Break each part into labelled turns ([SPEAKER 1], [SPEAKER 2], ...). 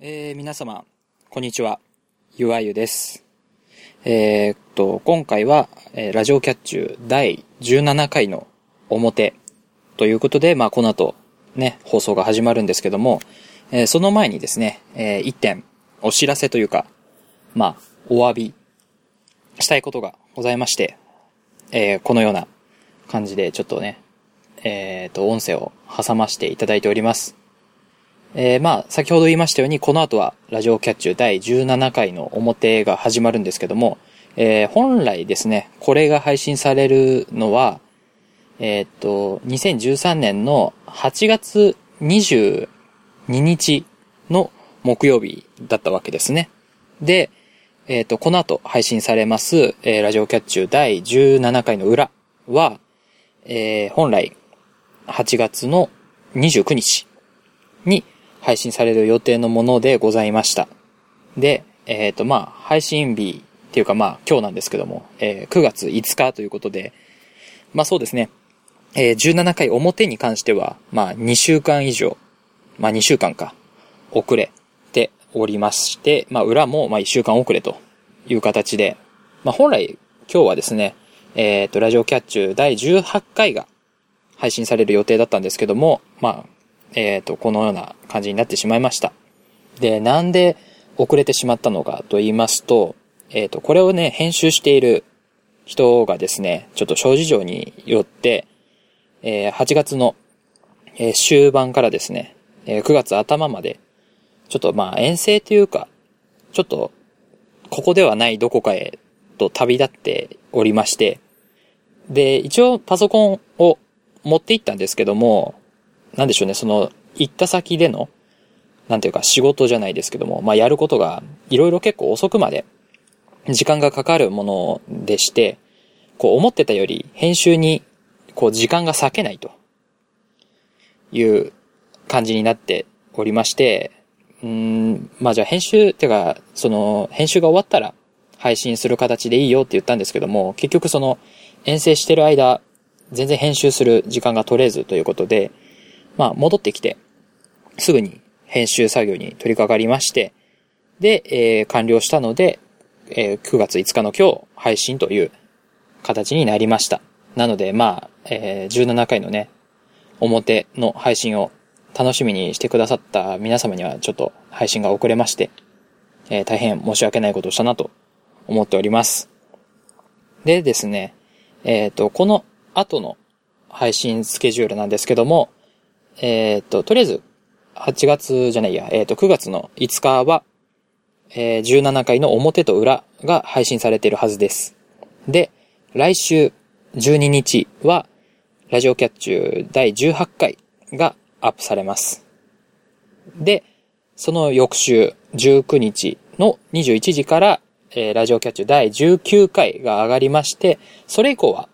[SPEAKER 1] えー皆様、こんにちは。ゆあゆです。えーっと、今回は、えーラジオキャッチュー第17回の表ということで、まあ、この後、ね、放送が始まるんですけども、えーその前にですね、えー一点、お知らせというか、まあ、お詫びしたいことがございまして、えーこのような感じで、ちょっとね、えーっと、音声を挟ましていただいております。えーまあ、先ほど言いましたように、この後は、ラジオキャッチュ第17回の表が始まるんですけども、えー本来ですね、これが配信されるのは、えーっと、2013年の8月22日の木曜日だったわけですね。で、えーっと、この後配信されます、えーラジオキャッチュ第17回の裏は、えー本来8月の29日に配信される予定のものでございました。で、えっ、と、まあ、配信日っていうか、まあ、今日なんですけども、えー9月5日ということで、まあそうですね、えー17回表に関しては、まあ、2週間以上、まあ、2週間か、遅れておりまして、まあ、裏も、まあ、1週間遅れという形で、まあ、本来、今日はですね、えっ、と、ラジオキャッチュ第18回が配信される予定だったんですけども、まあ、えっ、と、このような感じになってしまいました。で、なんで遅れてしまったのかと言いますと、えっ、と、これをね、編集している人がですね、ちょっと諸事情によって、えー8月の、えー終盤からですね、えー9月頭まで、ちょっとまあ遠征というか、ちょっと、ここではないどこかへと旅立っておりまして、で、一応パソコンを持って行ったんですけども、なんでしょうね、その、行った先での、なんていうか仕事じゃないですけども、まあやることが、いろいろ結構遅くまで、時間がかかるものでして、こう思ってたより編集に、こう時間が割けないと、いう感じになっておりまして、うーん、まあじゃあ編集、てか、その、編集が終わったら配信する形でいいよって言ったんですけども、結局その、遠征してる間、全然編集する時間が取れずということで、まあ、戻ってきて、すぐに編集作業に取り掛かりまして、で、えー完了したので、えー9月5日の今日、配信という形になりました。なので、まあ、えー17回のね、表の配信を楽しみにしてくださった皆様には、ちょっと配信が遅れまして、えー大変申し訳ないことをしたなと思っております。でですね、えっ、と、この後の配信スケジュールなんですけども、えっ、と、とりあえず、8月じゃないや、えっ、と、9月の5日は、えー17回の表と裏が配信されているはずです。で、来週12日は、ラジオキャッチュー第18回がアップされます。で、その翌週19日の21時から、えーラジオキャッチュー第19回が上がりまして、それ以降は、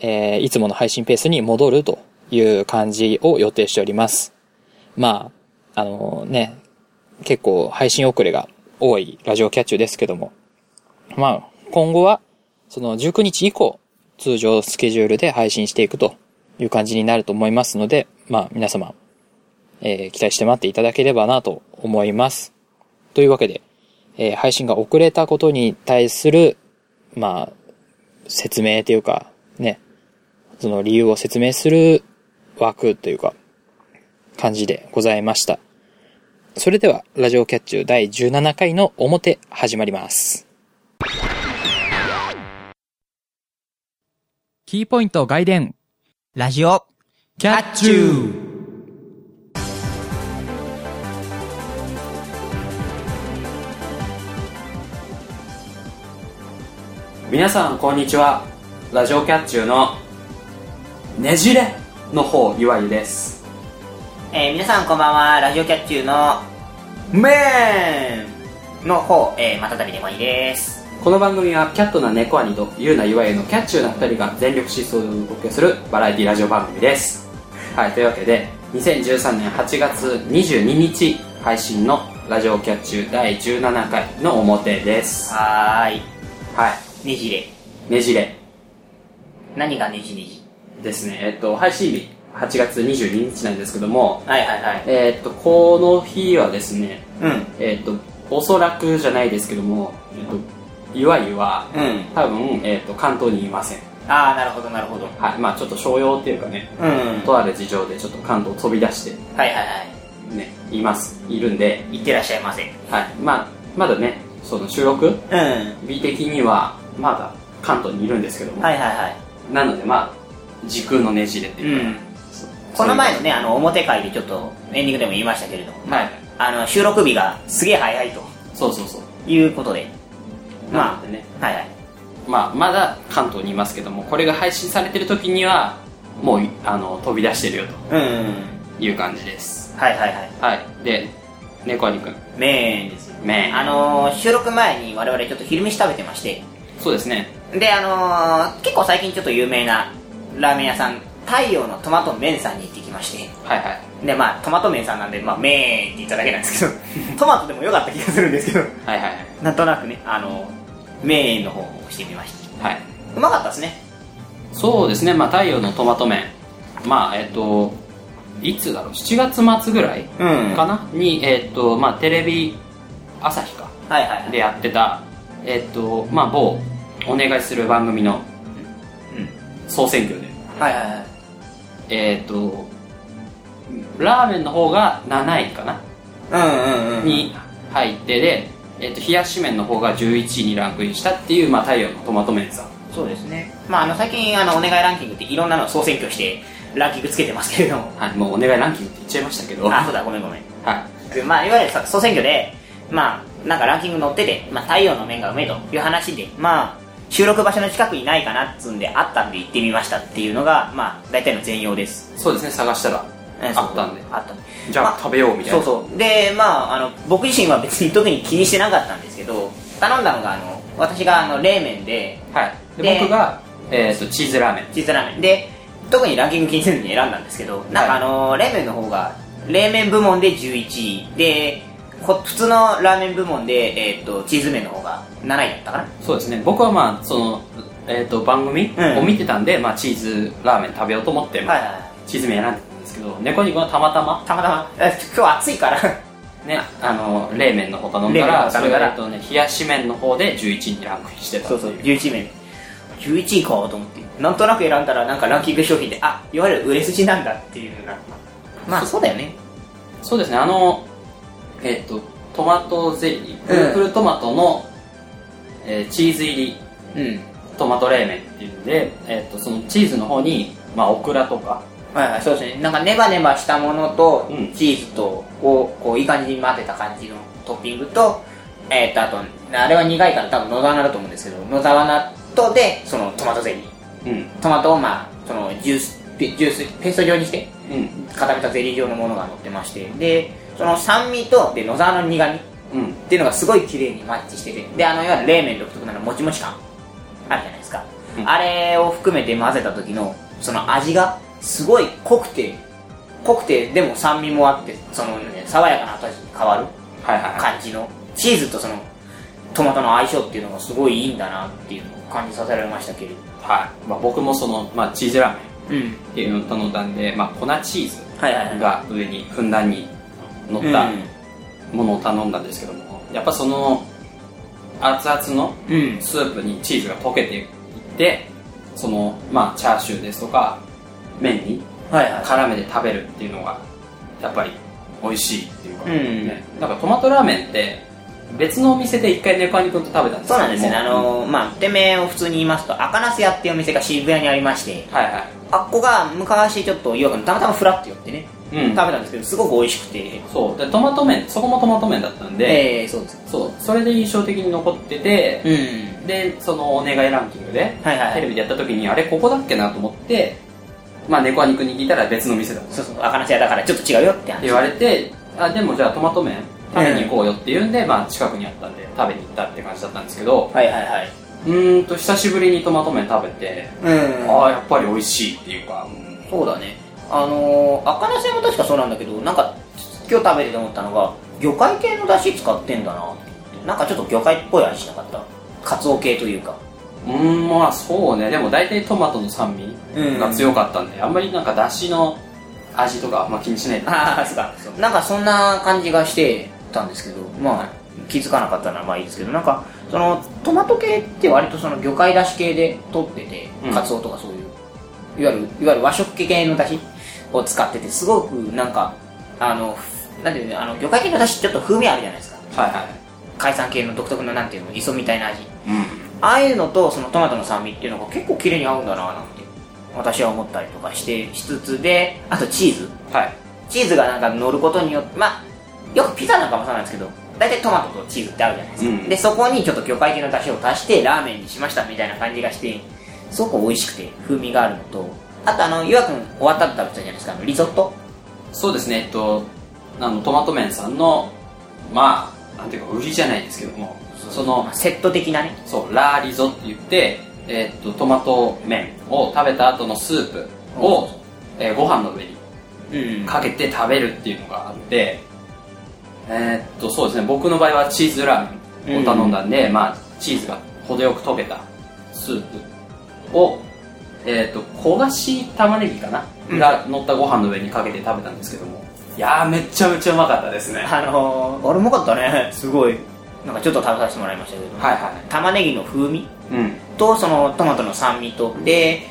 [SPEAKER 1] えーいつもの配信ペースに戻るという感じを予定しております。まあ、あのね、結構配信遅れが多いラジオキャッチュですけども、まあ、今後は、その19日以降、通常スケジュールで配信していくという感じになると思いますので、まあ、皆様、えー期待して待っていただければなと思います。というわけで、えー配信が遅れたことに対する、まあ、説明というか、ね、その理由を説明する枠というか、感じでございました。それでは、ラジオキャッチュ第17回の表始まります。キーポイント外伝。
[SPEAKER 2] ラジオ、キャッチュー
[SPEAKER 3] 皆さんこんにちはラジオキャッチューのねじれの方ゆわゆです
[SPEAKER 2] えー、皆さんこんばんは、ラジオキャッチューの、メンの方、えー、またたびでもいいです。
[SPEAKER 3] この番組はキャットな猫兄とゆうなゆわゆのキャッチューな2人が全力疾走でお届けするバラエティラジオ番組ですはいというわけで2013年8月22日配信のラジオキャッチュー第17回の表です
[SPEAKER 2] はーい。
[SPEAKER 3] は
[SPEAKER 2] ねじれ。
[SPEAKER 3] いねじれ
[SPEAKER 2] 何がねじねじ
[SPEAKER 3] ですねえっと配信日8月22日なんですけども、
[SPEAKER 2] はいはいはい。
[SPEAKER 3] えーっと、この日はですね、
[SPEAKER 2] うん。
[SPEAKER 3] えーっと、おそらくじゃないですけども、えーっと、いわゆは、
[SPEAKER 2] うん。
[SPEAKER 3] 多分、えーっと、関東にいません。
[SPEAKER 2] ああ、なるほどなるほど。
[SPEAKER 3] はい。まあちょっと商用っていうかね、
[SPEAKER 2] うん。はい
[SPEAKER 3] とある事情でちょっと関東飛び出して、
[SPEAKER 2] はいはい。
[SPEAKER 3] ね、います、いるんで、
[SPEAKER 2] いってらっしゃいませ。うん。
[SPEAKER 3] はい。まあまだね、その収録
[SPEAKER 2] は
[SPEAKER 3] 美的には、まだ関東にいるんですけど
[SPEAKER 2] い
[SPEAKER 3] も、
[SPEAKER 2] はいはい。
[SPEAKER 3] なのでまあ時空のねじれって
[SPEAKER 2] う
[SPEAKER 3] いうか、
[SPEAKER 2] ん。
[SPEAKER 3] そう
[SPEAKER 2] この前のね、あの、表会でちょっとエンディングでも言いましたけれども、
[SPEAKER 3] はい。
[SPEAKER 2] あの、収録日がすげえ早いと
[SPEAKER 3] そうそうそう。
[SPEAKER 2] いうことで、
[SPEAKER 3] な
[SPEAKER 2] ま
[SPEAKER 3] のでね、
[SPEAKER 2] あ、はいはい。
[SPEAKER 3] まあ、まだ関東にいますけども、これが配信されてる時には、もう、あの、飛び出してるよ
[SPEAKER 2] うん。
[SPEAKER 3] という感じです。
[SPEAKER 2] はいはいはい。
[SPEAKER 3] はい。で、猫兄くん、
[SPEAKER 2] メーンですよ。
[SPEAKER 3] め
[SPEAKER 2] あのー、収録前に我々ちょっと昼飯食べてまして、
[SPEAKER 3] そうですね。
[SPEAKER 2] で、あのー、結構最近ちょっと有名なラーメン屋さん、太陽のトマト麺さんに行ってきまして、
[SPEAKER 3] はいはい。
[SPEAKER 2] で、まあ、トマト麺さんなんで、まあ、麺って言っただけなんですけど、 トマトでも良かった気がするんですけど、
[SPEAKER 3] はいはいはい。
[SPEAKER 2] なんとなくね、あのー、麺の方をしてみました。
[SPEAKER 3] はい。
[SPEAKER 2] うまかったですね。
[SPEAKER 3] そうですね、まあ、太陽のトマト麺。まあ、えっと、いつだろう、7月末ぐらい
[SPEAKER 2] うん
[SPEAKER 3] かな、に、えっと、まあ、テレビ朝日か。
[SPEAKER 2] はいはいはい。
[SPEAKER 3] でやってた、えっと、まあ、某、お願いする番組の
[SPEAKER 2] うん。
[SPEAKER 3] 総選挙で、
[SPEAKER 2] はいはいはい。
[SPEAKER 3] えっと、ラーメンの方が7位かな、
[SPEAKER 2] うんうんうん。
[SPEAKER 3] に入ってで、えっと、冷やし麺の方が11位にランクインしたっていう、まあ、太陽のトマト麺さん。
[SPEAKER 2] そうですね。まあ、あの、最近、あの、お願いランキングっていろんなのを総選挙して、ランキングつけてますけれども。
[SPEAKER 3] はい、もうお願いランキングって言っちゃいましたけど、
[SPEAKER 2] あ、
[SPEAKER 3] は
[SPEAKER 2] そうだ、ごめんごめん。
[SPEAKER 3] い。
[SPEAKER 2] でまあ、いわゆるさ総選挙で、まあ、なんかランキング載ってて、まあ、太陽の面がうめえという話で、まあ、収録場所の近くにないかなっつうんで、あったんで行ってみましたっていうのが、まあ、大体の全容です。
[SPEAKER 3] そうですね、探した
[SPEAKER 2] う
[SPEAKER 3] ら、
[SPEAKER 2] ん
[SPEAKER 3] あったんで
[SPEAKER 2] そうあったんで。
[SPEAKER 3] じゃ
[SPEAKER 2] ま
[SPEAKER 3] あ食べようみたいな。
[SPEAKER 2] そうそう。で、まあ、あの、僕自身は別に特に気にしてなかったんですけど、頼んだのが、あの、私が、あの、冷麺で、
[SPEAKER 3] はい。で、
[SPEAKER 2] で
[SPEAKER 3] 僕が、えっと、チーズラーメン。
[SPEAKER 2] チーズラーメンで特にランキング気にせずに選んだんですけどなんかあのー冷麺の方が冷麺部門で11位でほ普通のラーメン部門で、えーっとチーズ麺の方が7位だったかな
[SPEAKER 3] そうですね僕はまあその、えー、と番組
[SPEAKER 2] うん
[SPEAKER 3] を見てたんで、まあ、チーズラーメン食べようと思って、まあ
[SPEAKER 2] はいはいはい
[SPEAKER 3] チーズ麺選んでたんですけど猫肉はたまたま
[SPEAKER 2] たまたまえ今日暑いから
[SPEAKER 3] ねあの冷麺の他飲んだら
[SPEAKER 2] 冷
[SPEAKER 3] そ
[SPEAKER 2] 麺の方頼
[SPEAKER 3] れ
[SPEAKER 2] んだ
[SPEAKER 3] が、
[SPEAKER 2] ら
[SPEAKER 3] えーとね、冷やし麺の方で11位にランクインしてたって
[SPEAKER 2] そ
[SPEAKER 3] いう
[SPEAKER 2] そう11名11位かと思ってなんとなく選んだらなんかランキング商品であいわゆる売れ筋なんだっていうのがまあそうだよね
[SPEAKER 3] そうですねあのえっ、とトマトゼリープ
[SPEAKER 2] うん
[SPEAKER 3] ルプルトマトの、えーチーズ入り
[SPEAKER 2] うん
[SPEAKER 3] トマト冷麺っていうんで、えー、とそのチーズの方に、まあ、オクラとか
[SPEAKER 2] はいはいそうですねなんかネバネバしたものと
[SPEAKER 3] うん
[SPEAKER 2] チーズとをこういい感じに混ぜた感じのトッピングとえー、とあとあれは苦いから多分野沢菜だと思うんですけど野沢菜とでそのトマトゼリー
[SPEAKER 3] うん
[SPEAKER 2] トマトをまあそのジュースペジュースペースト状にして
[SPEAKER 3] うん
[SPEAKER 2] 固めたゼリー状のものが乗ってましてでその酸味とで野沢菜の苦味っ
[SPEAKER 3] うん
[SPEAKER 2] ていうのがすごい綺麗にマッチしててであのいわゆる冷麺独特なのもちもち感あるじゃないですか、
[SPEAKER 3] うん
[SPEAKER 2] あれを含めて混ぜた時のその味がすごい濃くて濃くてでも酸味もあってその、ね、爽やかな後味に変わる
[SPEAKER 3] はいはいはい
[SPEAKER 2] 感じのチーズとそのトマトの相性っていうのがすごいいいんだなっていうのを感じさせられましたけれど
[SPEAKER 3] はい、まあ、僕もその、まあ、チーズラーメン
[SPEAKER 2] うん
[SPEAKER 3] っていうのを頼んだんで、まあ、粉チーズ
[SPEAKER 2] はいはいはい
[SPEAKER 3] が上にふんだんに乗
[SPEAKER 2] う
[SPEAKER 3] っ
[SPEAKER 2] ん
[SPEAKER 3] たものを頼んだんですけども、やっぱその熱々の
[SPEAKER 2] うん
[SPEAKER 3] スープにチーズが溶けていってその、まあ、チャーシューですとか麺に
[SPEAKER 2] はいはい
[SPEAKER 3] 絡めて食べるっていうのがやっぱり美味しいっていうか、
[SPEAKER 2] うん
[SPEAKER 3] ね、なんかトマトラーメンって別のお店で一回ネコアニ君と食べたんです
[SPEAKER 2] そうなんですよね
[SPEAKER 3] も
[SPEAKER 2] あのまあ店名を普通に言いますと赤ナス屋っていうお店が渋谷にありまして
[SPEAKER 3] はいはい
[SPEAKER 2] あっこが昔ちょっと岩君たまたまフラッと寄ってね、
[SPEAKER 3] う
[SPEAKER 2] 食
[SPEAKER 3] ん
[SPEAKER 2] べたんですけどすごく美味しくて
[SPEAKER 3] そうでトマト麺そこもトマト麺だったんで、
[SPEAKER 2] ええそうです
[SPEAKER 3] そうそれで印象的に残ってて、
[SPEAKER 2] うん
[SPEAKER 3] でそのお願いランキングで
[SPEAKER 2] はいはい
[SPEAKER 3] テレビでやった時にあれここだっけなと思ってまあ猫アニ君に聞いたら別の店だと
[SPEAKER 2] そうそう赤ナス屋だからちょっと違うよって話
[SPEAKER 3] 言われてあでもじゃあトマト麺食べに行こうよって言うんで、まあ近くにあったんで食べに行ったって感じだったんですけど
[SPEAKER 2] はいはいはいう
[SPEAKER 3] ーんと久しぶりにトマト麺食べて、
[SPEAKER 2] うん
[SPEAKER 3] ああやっぱり美味しいっていうか、うん
[SPEAKER 2] そうだねあのー、赤ナス屋も確かそうなんだけどなんか今日食べてて思ったのが魚介系の出汁使ってんだななんかちょっと魚介っぽい味しなかったカツオ系というか
[SPEAKER 3] うーんまあそうねでも大体トマトの酸味が強かったんで、あんまりなんかだしの味とか、まあ、気にしないで
[SPEAKER 2] ああそうかそうなんかそんな感じがしてたんですけどまあ気づかなかったならまあいいですけどなんかそのトマト系って割とその魚介だし系で取ってて、
[SPEAKER 3] うん
[SPEAKER 2] カツオとかそういういわゆるいわゆる和食系のだしを使っててすごくなんかあのなんていうのあの魚介系のだしちょっと風味あるじゃないですか
[SPEAKER 3] はいはい
[SPEAKER 2] 海産系の独特のなんていうの磯みたいな味
[SPEAKER 3] うん
[SPEAKER 2] ああいうのとそのトマトの酸味っていうのが結構綺麗に合うんだななんて私は思ったりとかしてしつつであとチーズ
[SPEAKER 3] はい
[SPEAKER 2] チーズがなんか乗ることによってまあよくピザなんかもそうなんですけど大体トマトとチーズって合うじゃないですか、
[SPEAKER 3] うん
[SPEAKER 2] でそこにちょっと魚介系の出汁を足してラーメンにしましたみたいな感じがしてすごく美味しくて風味があるのとあとあの岩くん終わったって食べてたじゃないですかあのリゾット
[SPEAKER 3] そうですねえっとあのトマト麺さんのまあなんていうか売りじゃないですけどもその
[SPEAKER 2] まあセット的なね
[SPEAKER 3] そうラーリゾって言って、えっとトマト麺を食べた後のスープを、えーご飯の上に
[SPEAKER 2] うん
[SPEAKER 3] かけて食べるっていうのがあってえーっとそうですね僕の場合はチーズラーメンを頼んだんで、まあチーズが程よく溶けたスープをえーっと焦がし玉ねぎかな、
[SPEAKER 2] うん
[SPEAKER 3] が乗ったご飯の上にかけて食べたんですけどもいやーめちゃめちゃうまかったですねはい
[SPEAKER 2] あのー、あれうまかったねすごいなんかちょっと食べさせてもらいましたけど、
[SPEAKER 3] は
[SPEAKER 2] 玉ねぎの風味
[SPEAKER 3] いうん
[SPEAKER 2] とそのトマトの酸味とで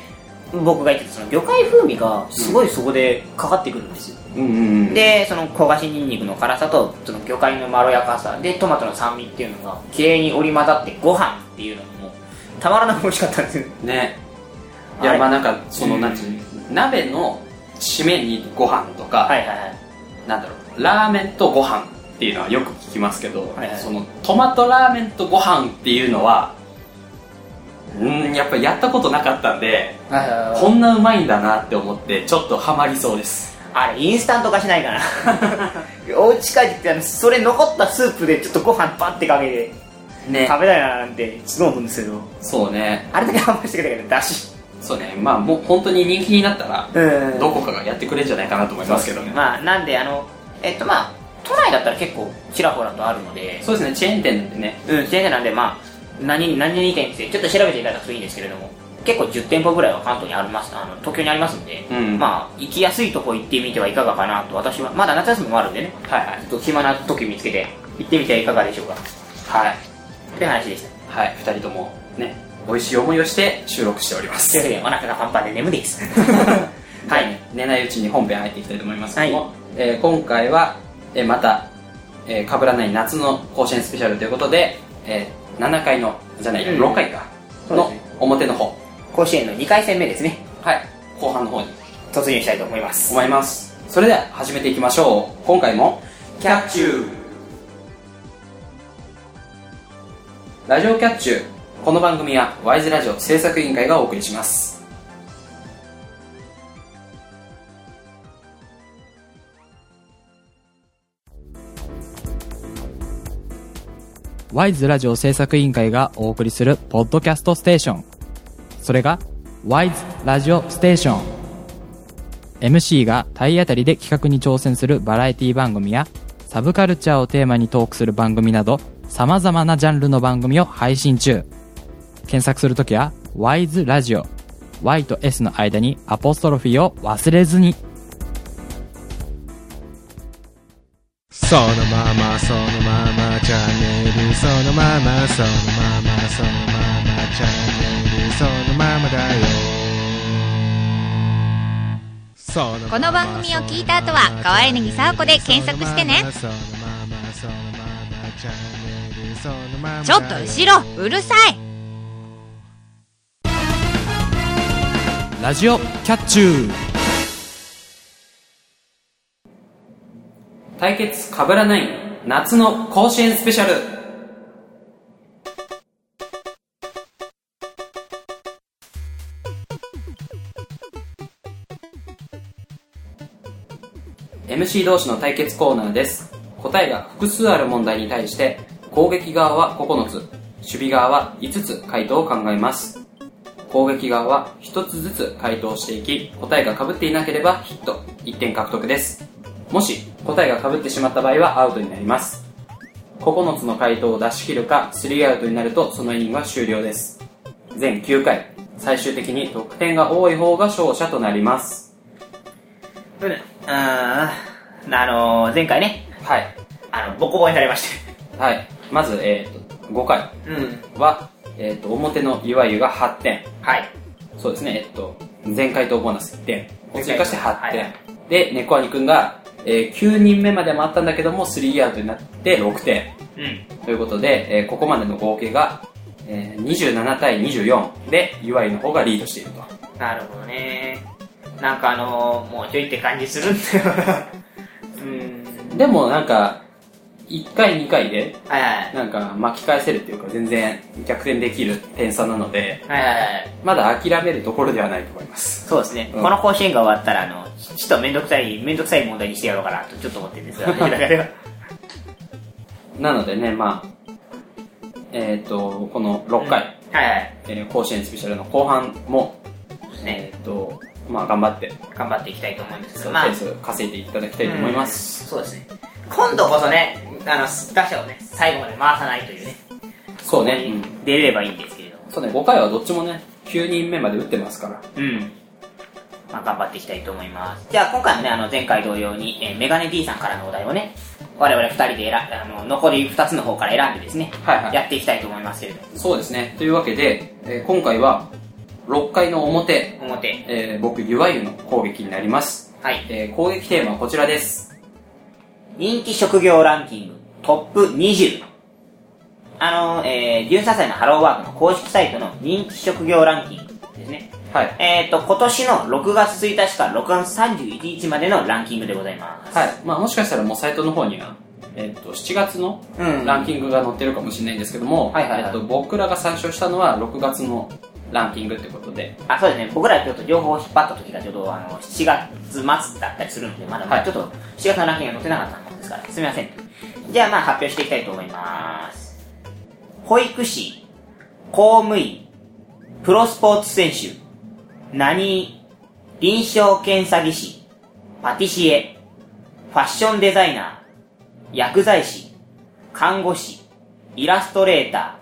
[SPEAKER 2] 僕が言ってたその魚介風味がすごいそこでかかってくるんですよ、
[SPEAKER 3] うんうんうん
[SPEAKER 2] でその焦がしニンニクの辛さとその魚介のまろやかさでトマトの酸味っていうのが綺麗に織り交ざってご飯っていうのもたまらなく美味しかったんですよ
[SPEAKER 3] ねい
[SPEAKER 2] は
[SPEAKER 3] や
[SPEAKER 2] い
[SPEAKER 3] まあなんかその
[SPEAKER 2] うん
[SPEAKER 3] なんていうの鍋の締めにご飯とか、
[SPEAKER 2] はいはいはい
[SPEAKER 3] なんだろうラーメンとご飯っていうのはよく聞きますけど、
[SPEAKER 2] はいはい
[SPEAKER 3] そのトマトラーメンとご飯っていうのはうーんやっぱやったことなかったんで
[SPEAKER 2] はいはいはい
[SPEAKER 3] こんなうまいんだなって思ってちょっとハマりそうです
[SPEAKER 2] あれインスタント化しないか なお家帰ってきてあのそれ残ったスープでちょっとご飯バッてかけて
[SPEAKER 3] ね
[SPEAKER 2] 食べたいななんて角を踏んですけど
[SPEAKER 3] そうね
[SPEAKER 2] あれだけ販売してくれたけどだし
[SPEAKER 3] そうねまあもう本当に人気になったら
[SPEAKER 2] うん
[SPEAKER 3] どこかがやってくれるんじゃないかなと思いますけどね
[SPEAKER 2] まあなんであのえっとまあ都内だったら結構ちらほらとあるので
[SPEAKER 3] そうですねチェーン店なんでね
[SPEAKER 2] うん先生なんでまあ何何々店ってちょっと調べていただくといいんですけれども結構10店舗ぐらいは関東にありますあの東京にありますんで、
[SPEAKER 3] うん
[SPEAKER 2] まあ行きやすいとこ行ってみてはいかがかなと私はまだ夏休みもあるんでね
[SPEAKER 3] はいはい
[SPEAKER 2] ちょっと暇な時見つけて行ってみてはいかがでしょうか
[SPEAKER 3] はい
[SPEAKER 2] という話でした
[SPEAKER 3] はい2人ともね美味しい思いをして収録しております
[SPEAKER 2] というわけでお腹がパンパンで眠いです は
[SPEAKER 3] はいい、寝ないうちに本編入っていきたいと思いますけども、えー今回は、えーまた、えー、被らない夏の甲子園スペシャルということで、えー7回のじゃない、
[SPEAKER 2] うん
[SPEAKER 3] 6回か
[SPEAKER 2] そうです
[SPEAKER 3] の
[SPEAKER 2] ね
[SPEAKER 3] 表の方、
[SPEAKER 2] 甲子園の2回戦目ですね
[SPEAKER 3] はい後半の方に
[SPEAKER 2] 突入したいと思います
[SPEAKER 3] 思いますそれでは始めていきましょう今回もキャッチューラジオキャッチューこの番組はワイズラジオ制作委員会がお送りしますワイズラジオ制作委員会がお送りするポッドキャストステーションそれがワイズラジオステーション MC が体当たりで企画に挑戦するバラエティ番組やサブカルチャーをテーマにトークする番組など様々なジャンルの番組を配信中検索するときは WISE ラジオ Y と S の間にアポストロフィーを忘れずに
[SPEAKER 4] そのままそのままチャンネルそのままそのままそのままチャンネルそのままだよ
[SPEAKER 5] この番組を聞いた後は川柳沢子で検索してねちょっと後ろうるさい
[SPEAKER 1] ラジオキャッチュー
[SPEAKER 3] 対決かぶらない夏の甲子園スペシャルMC 同士の対決コーナーです答えが複数ある問題に対して攻撃側は9つ守備側は5つ回答を考えます攻撃側は1つずつ回答していき答えが被っていなければヒット1点獲得ですもし答えが被ってしまった場合はアウトになります9つの回答を出し切るか3アウトになるとそのイニングは終了です全9回最終的に得点が多い方が勝者となります
[SPEAKER 2] うん、あーあのー、前回ね、
[SPEAKER 3] はい。
[SPEAKER 2] あの、ボコボコにされまし
[SPEAKER 3] はい。まず、えっ、と、5回
[SPEAKER 2] た。うん。
[SPEAKER 3] は、えっ、と、表のいわゆが8点。
[SPEAKER 2] はい。
[SPEAKER 3] そうですね、えっと、前回とボーナス1点。追加して8点。
[SPEAKER 2] はい
[SPEAKER 3] で、猫兄くんが、えー9人目まで回ったんだけども、3アウトになって6点。
[SPEAKER 2] うん。
[SPEAKER 3] ということで、えーここまでの合計が、えー27対24で、岩井の方がリードしていると。
[SPEAKER 2] なるほどね。なんかあのー、もうちょいって感じするんだよな。うん。
[SPEAKER 3] でもなんか、1回2回で、
[SPEAKER 2] はいはい。
[SPEAKER 3] なんか巻き返せるっていうか、全然逆転できる点差なので、
[SPEAKER 2] はいはいはい。
[SPEAKER 3] まだ諦めるところではないと思います。
[SPEAKER 2] そうですね。
[SPEAKER 3] うん
[SPEAKER 2] この甲子園が終わったら、あの、ちちょっとめんどくさい、めんどくさい問題にしてやろうかなと、ちょっと思ってるんですが、私の中で は。
[SPEAKER 3] なのでね、まあ、えっ、と、この6回、
[SPEAKER 2] はいはい。
[SPEAKER 3] えー甲子園スペシャルの後半も、
[SPEAKER 2] ね
[SPEAKER 3] えーっと、まあ頑張って、
[SPEAKER 2] 頑張っていきたいと思うんです
[SPEAKER 3] ペ
[SPEAKER 2] が、まあ
[SPEAKER 3] ー、ス稼いでいただきたいと思います。
[SPEAKER 2] そうですね。今度こそね、あの、打者をね、最後まで回さないというね、
[SPEAKER 3] そうね、うん
[SPEAKER 2] 出れればいいんですけれども。
[SPEAKER 3] そうね、5回はどっちもね、9人目まで打ってますから。
[SPEAKER 2] うん。まあ、頑張っていきたいと思います。じゃあ、今回もね、あの、前回同様に、えーメガネ D さんからのお題をね、我々二人で選あの、残り二つの方から選んでですね、
[SPEAKER 3] はいはい
[SPEAKER 2] やっていきたいと思いますけれども。
[SPEAKER 3] そうですね、というわけで、えー今回は6回の表、
[SPEAKER 2] 表。
[SPEAKER 3] えー僕、ゆわゆの攻撃になります。
[SPEAKER 2] はい。
[SPEAKER 3] えー攻撃テーマはこちらです。
[SPEAKER 2] 人気職業ランキング、トップ20。あの、えー、13歳のハローワークの公式サイトの人気職業ランキングですね。
[SPEAKER 3] はい。
[SPEAKER 2] えっ、と、今年の6月1日から6月31日までのランキングでございます。
[SPEAKER 3] はい。まあもしかしたらもうサイトの方には、えーっと、7月の
[SPEAKER 2] うん
[SPEAKER 3] ランキングが載ってるかもしれないんですけども、
[SPEAKER 2] はいはいはい
[SPEAKER 3] えーっと、僕らが参照したのは6月のランキングってことで、
[SPEAKER 2] あ、そうですね。僕らちょっと情報を引っ張った時がちょうど、あの、7月末だったりするので、まだまだ
[SPEAKER 3] はい
[SPEAKER 2] ちょっと7月のランキングが載ってなかったもんですから、すみません。じゃあまあ発表していきたいと思います。保育士、公務員、プロスポーツ選手、何、臨床検査技師、パティシエ、ファッションデザイナー、薬剤師、看護師、イラストレータ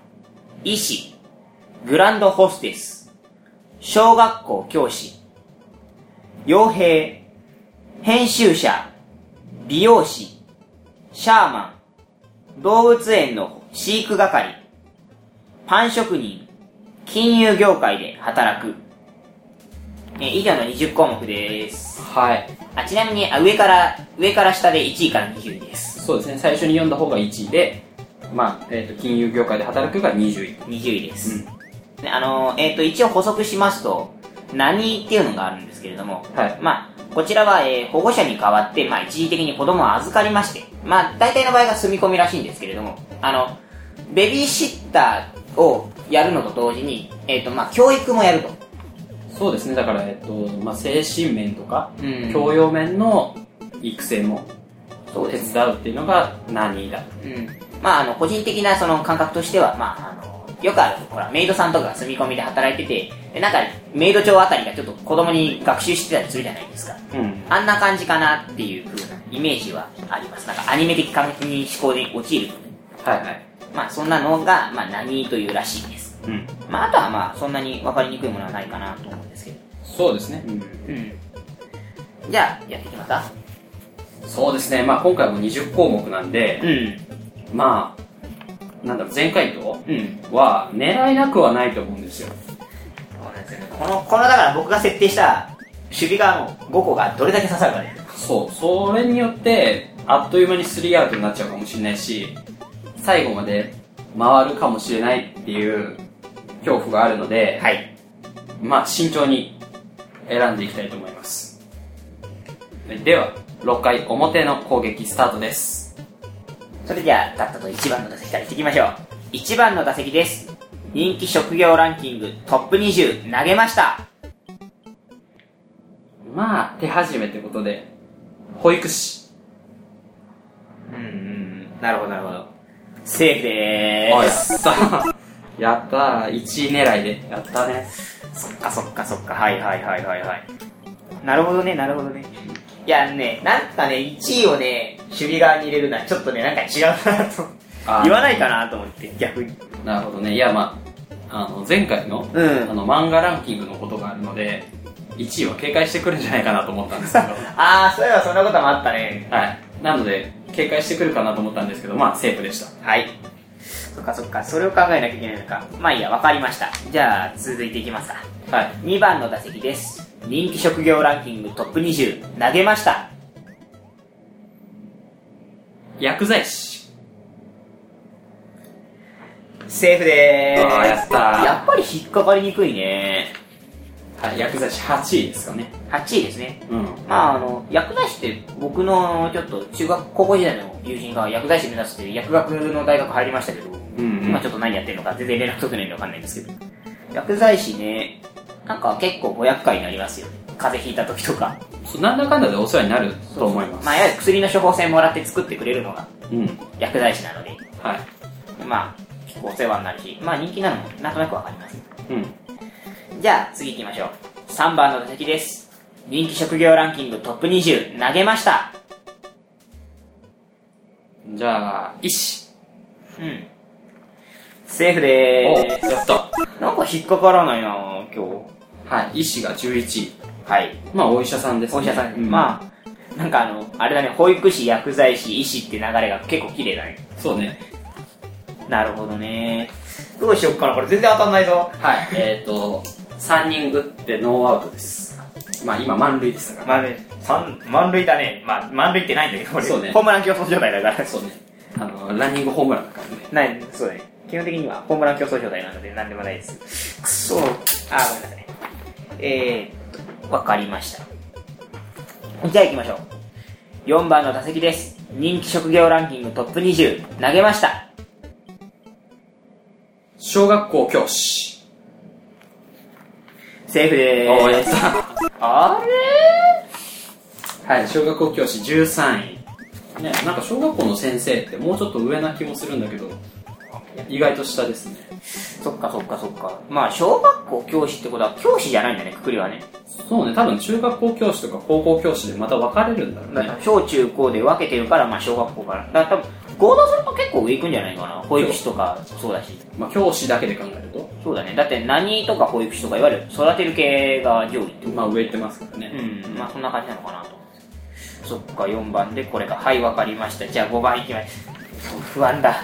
[SPEAKER 2] ー、医師、グランドホステス、小学校教師、傭兵、編集者、美容師、シャーマン、動物園の飼育係、パン職人、金融業界で働く。えー以上の20項目です。
[SPEAKER 3] はい。
[SPEAKER 2] あ、ちなみに、あ上から、上から下で1位から20位です。
[SPEAKER 3] そうですね、最初に読んだ方が1位で、まあ、えっ、と、金融業界で働くが20位。
[SPEAKER 2] 20位です。ねあのーえっ、と、一応補足しますと、何っていうのがあるんですけれども、
[SPEAKER 3] はい
[SPEAKER 2] まあ、こちらは、えー保護者に代わって、まあ、一時的に子供を預かりまして、まあ、大体の場合が住み込みらしいんですけれども、あの、ベビーシッターをやるのと同時に、えっ、と、まあ、教育もやると。
[SPEAKER 3] そうですね、だから、えっ、と、まあ、精神面とか、
[SPEAKER 2] うん
[SPEAKER 3] 教養面の育成も、
[SPEAKER 2] そう
[SPEAKER 3] 手
[SPEAKER 2] です
[SPEAKER 3] 伝うっていうのが何位だ。
[SPEAKER 2] うん。まあ、あの、個人的なその感覚としては、まあ、あの、よくある、ほら、メイドさんとかが住み込みで働いてて、でなんか、メイド長あたりがちょっと子供に学習してたりするじゃないですか。
[SPEAKER 3] うん。
[SPEAKER 2] あんな感じかなっていう風なイメージはあります。なんかアニメ的感覚に思考に陥るので。
[SPEAKER 3] はいはい。
[SPEAKER 2] まあそんなのが、まあ何というらしいです。
[SPEAKER 3] うん。
[SPEAKER 2] まああとはまあそんなに分かりにくいものはないかなと思うんですけど。
[SPEAKER 3] そうですね。うん
[SPEAKER 2] うん。じゃあ、やっていきますか
[SPEAKER 3] そうですね、まあ今回も20項目なんで、
[SPEAKER 2] ん。
[SPEAKER 3] まあ、なんだろう、前回と
[SPEAKER 2] うん。
[SPEAKER 3] は狙いなくはないと思うんですよ。
[SPEAKER 2] そうなんですよね。この、このだから僕が設定した守備側の5個がどれだけ刺さるかね。
[SPEAKER 3] そう、それによって、あっという間にスリーアウトになっちゃうかもしれないし、最後まで回るかもしれないっていう恐怖があるので、
[SPEAKER 2] はい。
[SPEAKER 3] まあ慎重に選んでいきたいと思います。では、6回表の攻撃スタートです。
[SPEAKER 2] それでは、だったと1番の打席から行っていきましょう。1番の打席です。人気職業ランキングトップ20投げました。
[SPEAKER 3] まあ、手始めってことで、保育士。
[SPEAKER 2] うんうん、なるほどなるほど。セーフで
[SPEAKER 3] あ、
[SPEAKER 2] ー
[SPEAKER 3] や
[SPEAKER 2] す。
[SPEAKER 3] った。やったー、1位狙いで。やったね。
[SPEAKER 2] そっかそっかそっか、はいはいはいはいはい。なるほどね、なるほどね。いやね、なんかね、1位をね、守備側に入れるのはちょっとね、なんか違うなと思って。
[SPEAKER 3] あー
[SPEAKER 2] 言わないかなと思って、逆に。
[SPEAKER 3] なるほどね。いや、まあ、あの、前回の、
[SPEAKER 2] うん
[SPEAKER 3] あの、漫画ランキングのことがあるので、 1位は警戒してくるんじゃないかなと思ったんです けど
[SPEAKER 2] ああ、そういえばそんなこともあったね。
[SPEAKER 3] はいなので警戒してくるかなと思ったんですけどまあセーフでした
[SPEAKER 2] はい。そっかそっか、それを考えなきゃいけないのか。まあいいや、わかりました。じゃあ、続いていきますか。
[SPEAKER 3] はい
[SPEAKER 2] 2番の打席です。人気職業ランキングトップ20、投げました。
[SPEAKER 3] 薬剤師
[SPEAKER 2] セーフでーす。
[SPEAKER 3] あーやったー
[SPEAKER 2] やっぱり引っかかりにくいね。
[SPEAKER 3] はい薬剤師8位ですかね
[SPEAKER 2] 8位ですね。
[SPEAKER 3] うん
[SPEAKER 2] まあ、あの、薬剤師って、僕のちょっと中学、高校時代の友人が薬剤師目指すっていう薬学の大学入りましたけど、
[SPEAKER 3] うんうん
[SPEAKER 2] 今ちょっと何やってるのか全然連絡取ってないんでわかんないんですけど、薬剤師ね、なんか結構ご厄介になりますよね。風邪ひいた時とか。
[SPEAKER 3] そうなんだかんだでお世話になると思います
[SPEAKER 2] まあ、いわゆる薬の処方箋もらって作ってくれるのが
[SPEAKER 3] うん
[SPEAKER 2] 薬剤師なので、
[SPEAKER 3] はい
[SPEAKER 2] まあ、結構お世話になるし、まあ人気なのもなんとなくわかります。
[SPEAKER 3] うん
[SPEAKER 2] じゃあ、次行きましょう。3番の打席です。人気職業ランキングトップ20、投げました。
[SPEAKER 3] じゃあ医師
[SPEAKER 2] うん。セーフで
[SPEAKER 3] おやった
[SPEAKER 2] ーす。なんか引っかからないなぁ今
[SPEAKER 3] はい医師が11位
[SPEAKER 2] 日。はい。
[SPEAKER 3] まあお医者さんです、ね、
[SPEAKER 2] お医者さん、
[SPEAKER 3] う
[SPEAKER 2] まあ、なんかあの、あれだね、保育士、薬剤師、医師って流れが結構綺麗だね。
[SPEAKER 3] そうね
[SPEAKER 2] なるほどねどうしよっかな、これ全然当たんないぞ。
[SPEAKER 3] はいえっ、ー、と3人打ってノーアウトですまあ今満塁でした
[SPEAKER 2] まあ
[SPEAKER 3] から、
[SPEAKER 2] ね、三満塁だね。まあ、満塁ってないんだけど、これ
[SPEAKER 3] そうね
[SPEAKER 2] ホームラン競争状態だから。
[SPEAKER 3] そうねあのランニングホームランだからね
[SPEAKER 2] ない、そうね。基本的にはホームラン競争状態なので何でもないです。くそー。あー、ごめんなさい。えーっと、わかりました。じゃあ行きましょう。4番の打席です。人気職業ランキングトップ20、投げました。
[SPEAKER 3] 小学校教師
[SPEAKER 2] セーフで
[SPEAKER 3] おや
[SPEAKER 2] ー
[SPEAKER 3] っ
[SPEAKER 2] す。
[SPEAKER 3] た
[SPEAKER 2] あ
[SPEAKER 3] はい小学校教師13位ねなんか小学校の先生ってもうちょっと上な気もするんだけど意外と下ですね
[SPEAKER 2] れそっかそっかそっか。まあ、小学校教師ってことは教師じゃないんだね、くくりはね。
[SPEAKER 3] そうね多分中学校教師とか高校教師でまた分かれるんだろう
[SPEAKER 2] だ
[SPEAKER 3] ね
[SPEAKER 2] から小中高で分けてるから、まあ、小学校から。だから多分、合同するの結構上行くんじゃないかな。保育士とか、そうだし。
[SPEAKER 3] まあ教師だけで考えると
[SPEAKER 2] そうだね。だって何とか保育士とか、いわゆる育てる系が上位ってこと
[SPEAKER 3] まあ上行ってますからね、
[SPEAKER 2] うん。まあそんな感じなのかなと思うんですけど。そっか、4番でこれか。はい、わかりました。じゃあ5番いきます。不安だ。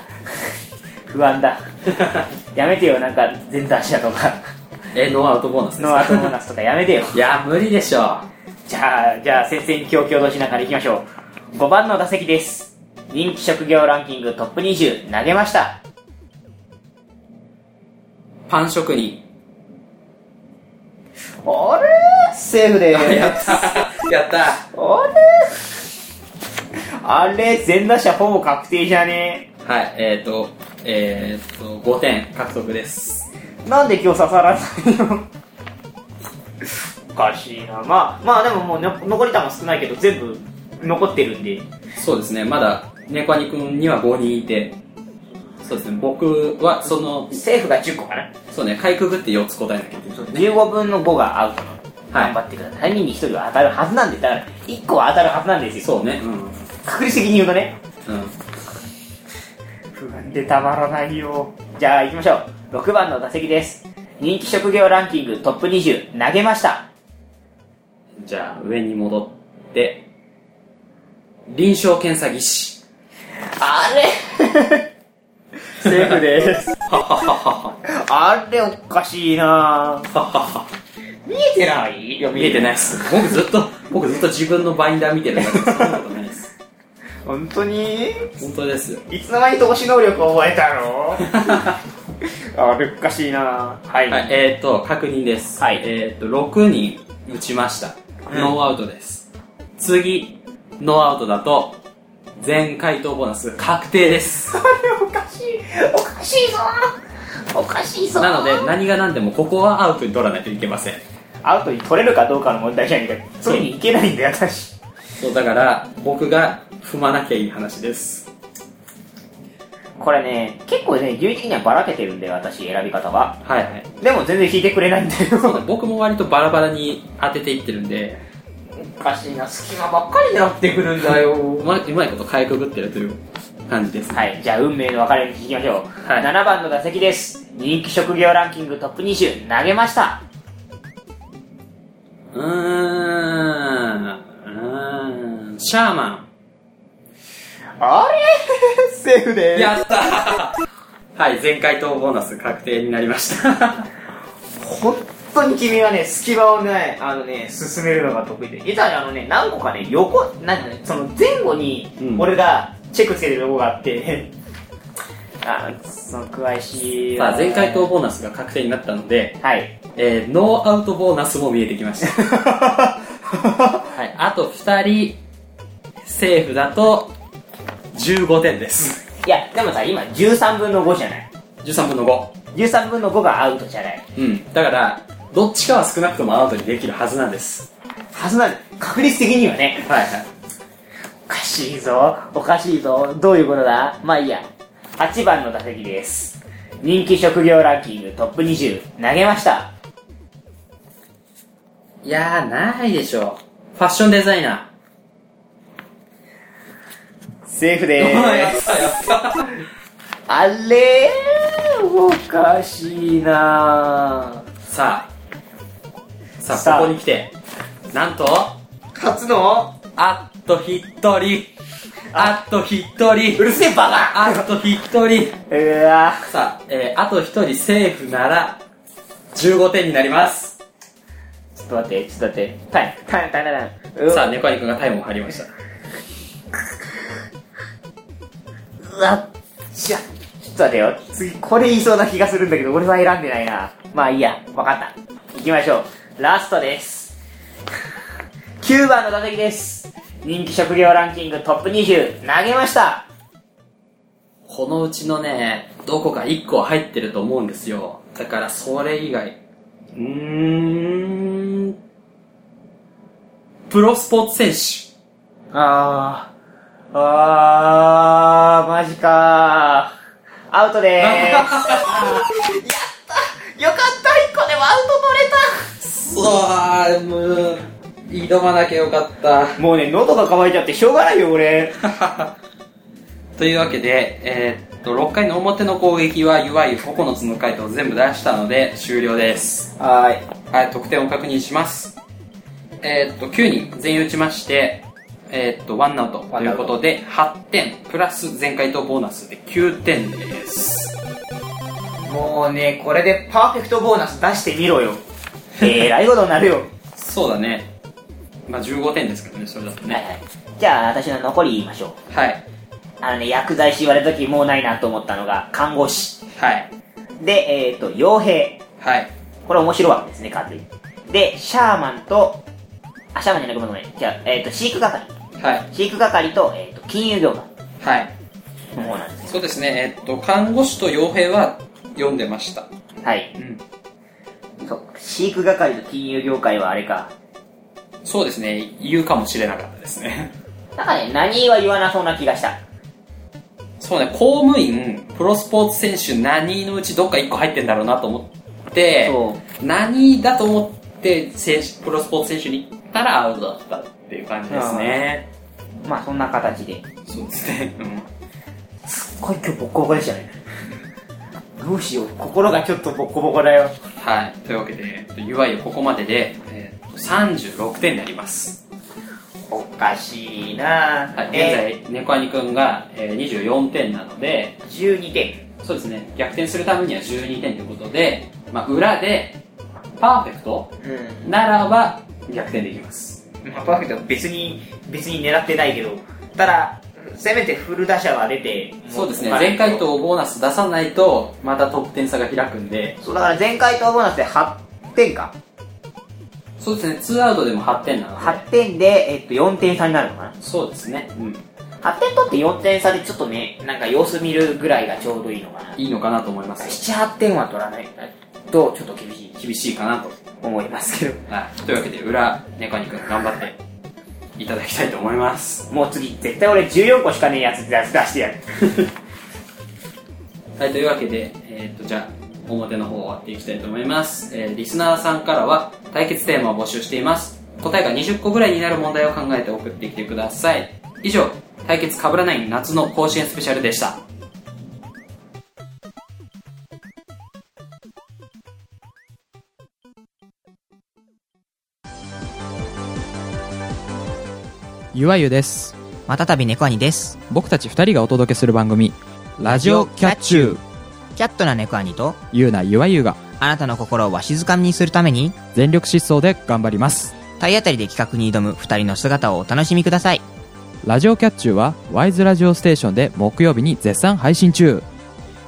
[SPEAKER 2] 不安だ。 やめてよ、なんか前座足だとか、
[SPEAKER 3] えノーアウトボーナスです
[SPEAKER 2] ノーアウトボーナスとかやめてよ。
[SPEAKER 3] いや無理でしょ
[SPEAKER 2] じゃあ、じゃあ、戦々恐々としながらいきましょう。5番の打席です。人気職業ランキングトップ20、投げました。
[SPEAKER 3] パン職人
[SPEAKER 2] あれーセーフでーす。
[SPEAKER 3] ったやった
[SPEAKER 2] あれあれ、全打者ほぼ確定じゃね
[SPEAKER 3] はいえっ、ー、とえっ、ー、と5点獲得です
[SPEAKER 2] なんで今日刺さらないのおかしいな。まあ、まあでももうの残り弾少ないけど、全部残ってるんで。
[SPEAKER 3] そうですねまだ猫兄君には5人いてそうですね僕はその
[SPEAKER 2] 政府が10個かな。
[SPEAKER 3] そうねかいくぐって4つ答えなきゃいけない
[SPEAKER 2] 15分の5がアウトなの。
[SPEAKER 3] はい
[SPEAKER 2] 頑張ってください。3人に1人は当たるはずなんで、だから1個は当たるはずなんですよ。
[SPEAKER 3] そうねうん、うん、
[SPEAKER 2] 確率的に言うとね。不安でたまらないよ。じゃあ行きましょう。6番の打席です。人気職業ランキングトップ20、投げました。
[SPEAKER 3] じゃあ上に戻って臨床検査技師
[SPEAKER 2] あれ セーフです。 あれおかしいなぁ。見えてないいや、
[SPEAKER 3] 見えてないっ。す僕ずっと僕ずっと自分のバインダー見てるんだけどそんなことないです
[SPEAKER 2] 本当に
[SPEAKER 3] 本当ですよ
[SPEAKER 2] いつの間に投資能力を覚えたの あれおかしいなぁ。はい
[SPEAKER 3] はい、えっ、ー、と、確認です。
[SPEAKER 2] はい
[SPEAKER 3] えっ、と、6人打ちました。
[SPEAKER 2] うん
[SPEAKER 3] ノーアウトです。次、ノーアウトだと、全回答ボーナス確定 です。
[SPEAKER 2] おかしい。おかしいぞおかしいぞ
[SPEAKER 3] なので、何が何でもここはアウトに取らないといけません。
[SPEAKER 2] アウトに取れるかどうかの問題じゃないか。それにいけないんだよ、私。
[SPEAKER 3] そう、だから、僕が踏まなきゃいい話です。
[SPEAKER 2] これね、結構ね、有意的にはばらけてるんだよ、私、選び方は。
[SPEAKER 3] はいはい。
[SPEAKER 2] でも全然引いてくれないんだよ。
[SPEAKER 3] 僕も割とバラバラに当てていってるんで、
[SPEAKER 2] おかしいな隙間ばっかりになってくるんだよ
[SPEAKER 3] うまうまいことかいくぐってるという感じです。
[SPEAKER 2] はいじゃあ運命の分かれ道聞きましょう、
[SPEAKER 3] はい
[SPEAKER 2] 7番の打席です人気職業ランキングトップ20投げました
[SPEAKER 3] うーん、うーん、シャーマ
[SPEAKER 2] あれ セーフで
[SPEAKER 3] ン。
[SPEAKER 2] す。
[SPEAKER 3] やったーはい、前回とボーナス確定になりました。
[SPEAKER 2] 本当に君はね、隙間をね、あのね、進めるのが得意で。実はね、あのね、何個かね、横、なんだね、その前後に
[SPEAKER 3] う、ん
[SPEAKER 2] 俺がチェックつけてるロゴがあって、 あの、その詳しい。
[SPEAKER 3] さあ、前回とボーナスが確定になったので、
[SPEAKER 2] はい。
[SPEAKER 3] えーノーアウトボーナスも見えてきました。はい、あと2人、セーフだと、15点です。
[SPEAKER 2] いや、でもさ、今、13分の5じゃない。
[SPEAKER 3] 13分の5。
[SPEAKER 2] 13分の5がアウトじゃない。
[SPEAKER 3] うん、だからどっちかは少なくともアウトにできるはずなんです
[SPEAKER 2] はずなんだ確率的にはね。
[SPEAKER 3] はいはい
[SPEAKER 2] おかしいぞ。おかしいぞ。どういうことだまあいいや。8番の打席です。人気職業ランキングトップ20、投げました。
[SPEAKER 3] いやーないでしょうファッションデザイナ
[SPEAKER 2] セーフ
[SPEAKER 3] ー、
[SPEAKER 2] で
[SPEAKER 3] や
[SPEAKER 2] ー
[SPEAKER 3] っ
[SPEAKER 2] す。
[SPEAKER 3] たやった
[SPEAKER 2] あれーおかしいな
[SPEAKER 3] さあさあ
[SPEAKER 2] さあ
[SPEAKER 3] ここに来てなんと
[SPEAKER 2] ー勝つの
[SPEAKER 3] あと一人あと一人
[SPEAKER 2] うるせえバカ
[SPEAKER 3] あと一人
[SPEAKER 2] うわ
[SPEAKER 3] さあ、えー、あと一人セーフなら15点になります
[SPEAKER 2] ーちょっと待って、ちょっと待って。タイム、タイム、タイム、タイム。
[SPEAKER 3] さあ
[SPEAKER 2] あ、
[SPEAKER 3] 猫兄くんがタイムを張りました
[SPEAKER 2] うわじゃ、ちょっと待ってよ。次、これ言いそうな気がするんだけど、俺は選んでないな。まあいいや、わかった。行きましょう。ラストです。9番の打席です。人気職業ランキングトップ20、投げました。
[SPEAKER 3] このうちのね、どこか1個は入ってると思うんですよ。だからそれ以外。うーん。プロスポーツ選
[SPEAKER 2] あー。あー、マジかー。アウトで ーす。やったよかった、1個でもアウト取れ
[SPEAKER 3] 手。そう、もう、挑まなきゃよかった。
[SPEAKER 2] た。もうね、喉が渇いちゃってしょうがないよ、俺。
[SPEAKER 3] というわけで、えーっと、6回の表の攻撃は、いわゆる9つの回答を全部出したので、終了です。
[SPEAKER 2] はーい。
[SPEAKER 3] はい、得点を確認します。えーっと、9人全員打ちまして、えーっと、ワンアウトということで、8点、プラス前回とボーナスで9点です。
[SPEAKER 2] もうね、これでパーフェクトボーナス出してみろよ。えらいことになるよ。
[SPEAKER 3] そうだね。まあ、15点ですけどね、それだと
[SPEAKER 2] はい
[SPEAKER 3] ね。
[SPEAKER 2] はい。じゃあ、私の残り言いましょう。
[SPEAKER 3] はい。
[SPEAKER 2] あのね、薬剤師言われた時もうないなと思ったのが、看護師。
[SPEAKER 3] はい。
[SPEAKER 2] で、えっ、ー、と、傭兵。
[SPEAKER 3] はい。
[SPEAKER 2] これ面白いわけですね、完全に。で、シャーマンと、あ、シャーマンじゃない、ごめんごめん。じゃあ、えっ、と、飼育係。
[SPEAKER 3] はい。
[SPEAKER 2] 飼育係と、えっ、と、金融業界
[SPEAKER 3] はい。
[SPEAKER 2] の方なんですね。
[SPEAKER 3] そうですね、えっと、看護師と傭兵は読んでました。
[SPEAKER 2] はい。
[SPEAKER 3] うん。
[SPEAKER 2] そう飼育係と金融業界はあれか。
[SPEAKER 3] そうですね、言うかもしれなかったですね。
[SPEAKER 2] なんかね、何は言わなそうな気がした。
[SPEAKER 3] そうね、公務員、プロスポーツ選手、何のうちどっか1個入ってんだろうなと思って、
[SPEAKER 2] そう。
[SPEAKER 3] 何だと思って選手、プロスポーツ選手に行ったらアウトだったっていう感じですね。
[SPEAKER 2] まあ、そんな形で。
[SPEAKER 3] そうですね。うん。
[SPEAKER 2] これ今日ボッコボコでしたね。どうしよう、心がちょっとボッコボコだよ。
[SPEAKER 3] はい。というわけで、UI ここまでで、えー36点になります。
[SPEAKER 2] おかしいなぁ。
[SPEAKER 3] はい。現
[SPEAKER 2] え
[SPEAKER 3] 在、猫兄くんが、えー24点なので、
[SPEAKER 2] ー12点。
[SPEAKER 3] そうですね、逆転するためには12点ということで、まあ、裏で、パーフェクト
[SPEAKER 2] う
[SPEAKER 3] ならば、逆転できます。
[SPEAKER 2] ん。まあ、パーフェクトは別に、別に狙ってないけど、ただ、せめてフル打者は出て、
[SPEAKER 3] そうですね、
[SPEAKER 2] も
[SPEAKER 3] 前回。とボーナス出さないと、また得点差が開くんで、
[SPEAKER 2] そう、だから前回とボーナスで8点か。
[SPEAKER 3] そうですね、2アウトでも8点なので、
[SPEAKER 2] 8点で、えっと、4点差になるのかな。
[SPEAKER 3] そうですね、うん、
[SPEAKER 2] 8点取って4点差でちょっとね、なんか様子見るぐらいがちょうどいいのかな。
[SPEAKER 3] いいのかなと思います。
[SPEAKER 2] 7、8点は取らないと、ちょっと厳しい
[SPEAKER 3] 厳しいかなと。
[SPEAKER 2] と思いますけど。
[SPEAKER 3] はい、というわけで裏猫にくん頑張っていただきたいと思います
[SPEAKER 2] もう次、絶対俺14個しかねえやつ出してやる。
[SPEAKER 3] はいというわけで、えーっとじゃあ表の方を終わっていきたいと思います、えーリスナーさんからは対決テーマを募集しています答えが20個ぐらいになる問題を考えて送ってきてください以上対決かぶらない夏の甲子園スペシャルでした
[SPEAKER 1] ゆあゆです。
[SPEAKER 2] またたび猫兄です。
[SPEAKER 1] 僕たち二人がお届けする番組、ラジオキャッチュー。
[SPEAKER 2] キャットな猫兄と、
[SPEAKER 1] ゆうなゆあゆが
[SPEAKER 2] あなたの心をわしづかみにするために、
[SPEAKER 1] 全力疾走で頑張ります。
[SPEAKER 2] 体当たりで企画に挑む二人の姿をお楽しみください。
[SPEAKER 1] ラジオキャッチューは、ワイズラジオステーションで木曜日に絶賛配信中。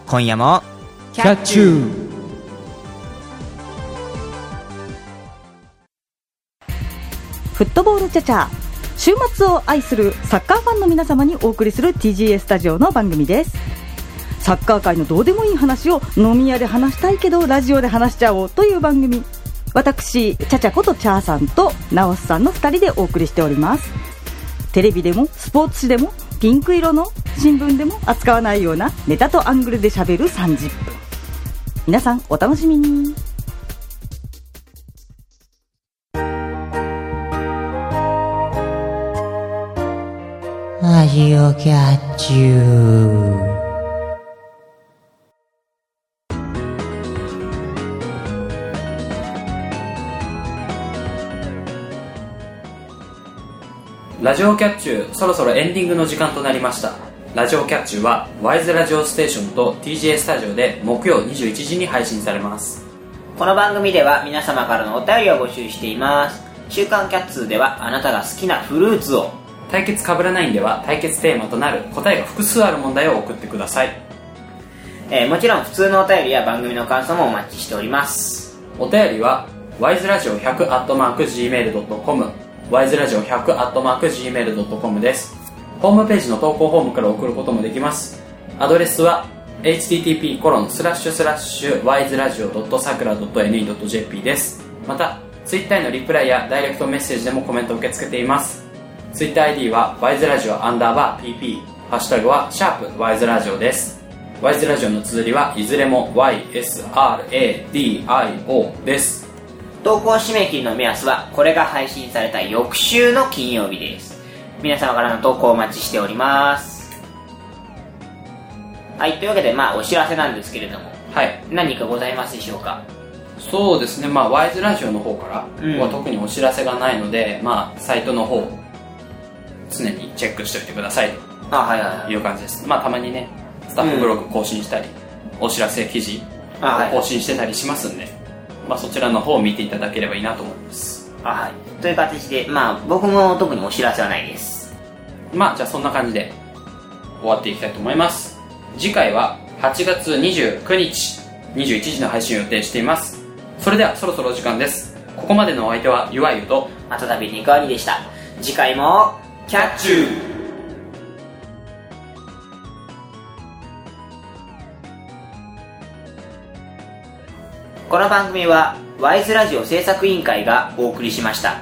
[SPEAKER 2] 今夜も、キ
[SPEAKER 1] ュー
[SPEAKER 6] フットボールチャチャ週末を愛するサッカーファンの皆様にお送りする TGA スタジオの番組ですサッカー界のどうでもいい話を飲み屋で話したいけどラジオで話しちゃおうという番組私チャチャことチャーさんとナオスさんの2人でお送りしておりますテレビでもスポーツ紙でもピンク色の新聞でも扱わないようなネタとアングルで喋る30分皆さんお楽しみに
[SPEAKER 7] ラジオキャッチュー。
[SPEAKER 3] ラジオキャッチューそろそろエンディングの時間となりましたラジオキャッチューはワイズラジオステーションと TGA スタジオで木曜21時に配信されます
[SPEAKER 2] この番組では皆様からのお便りを募集しています。週刊キャッツーではあなたが好きなフルーツを、
[SPEAKER 3] 対決かぶらないんでは対決テーマとなる答えが複数ある問題を送ってください
[SPEAKER 2] えーもちろん普通のお便りや番組の感想もお待ちしております。
[SPEAKER 3] お便りは wiseradio100.gmail.com wiseradio100.gmail.com ですホームページの投稿フォームから送ることもできますアドレスは http://wiseradio.sakura.ne.jp ですまた Twitter へのリプライやダイレクトメッセージでもコメントを受け付けています TwitterID は wiseradio アンダーバー pp ハッシュタグはシャープ wiseradio ですワイズラジオの綴りはいずれも YSRADIO です
[SPEAKER 2] 投稿締め切りの目安は、これが配信された翌週の金曜日です。皆様からの投稿をお待ちしております。はい、というわけで、まあ、お知らせなんですけれども、
[SPEAKER 3] はい
[SPEAKER 2] 何かございますでしょうか
[SPEAKER 3] そうですねまあワイズラジオの方から
[SPEAKER 2] うん
[SPEAKER 3] は特にお知らせがないので、まあサイトの方を常にチェックしておいてください
[SPEAKER 2] あ、はいはいは
[SPEAKER 3] と
[SPEAKER 2] い。
[SPEAKER 3] いう感じですまあたまにねスタッフブログ更新したり、お知らせ記事
[SPEAKER 2] あはい
[SPEAKER 3] を更新してたりしますんで、まあそちらの方を見ていただければいいなと思います
[SPEAKER 2] あ、はい。という形で、まあ、僕も特にお知らせはないです。
[SPEAKER 3] まあじゃあそんな感じで終わっていきたいと思います次回は8月29日21時の配信を予定していますそれではそろそろお時間ですここまでのお相手はゆわゆと
[SPEAKER 2] またたびにかわりでした。次回も、キャッチューこの番組は、ワイズラジオ制作委員会がお送りしました。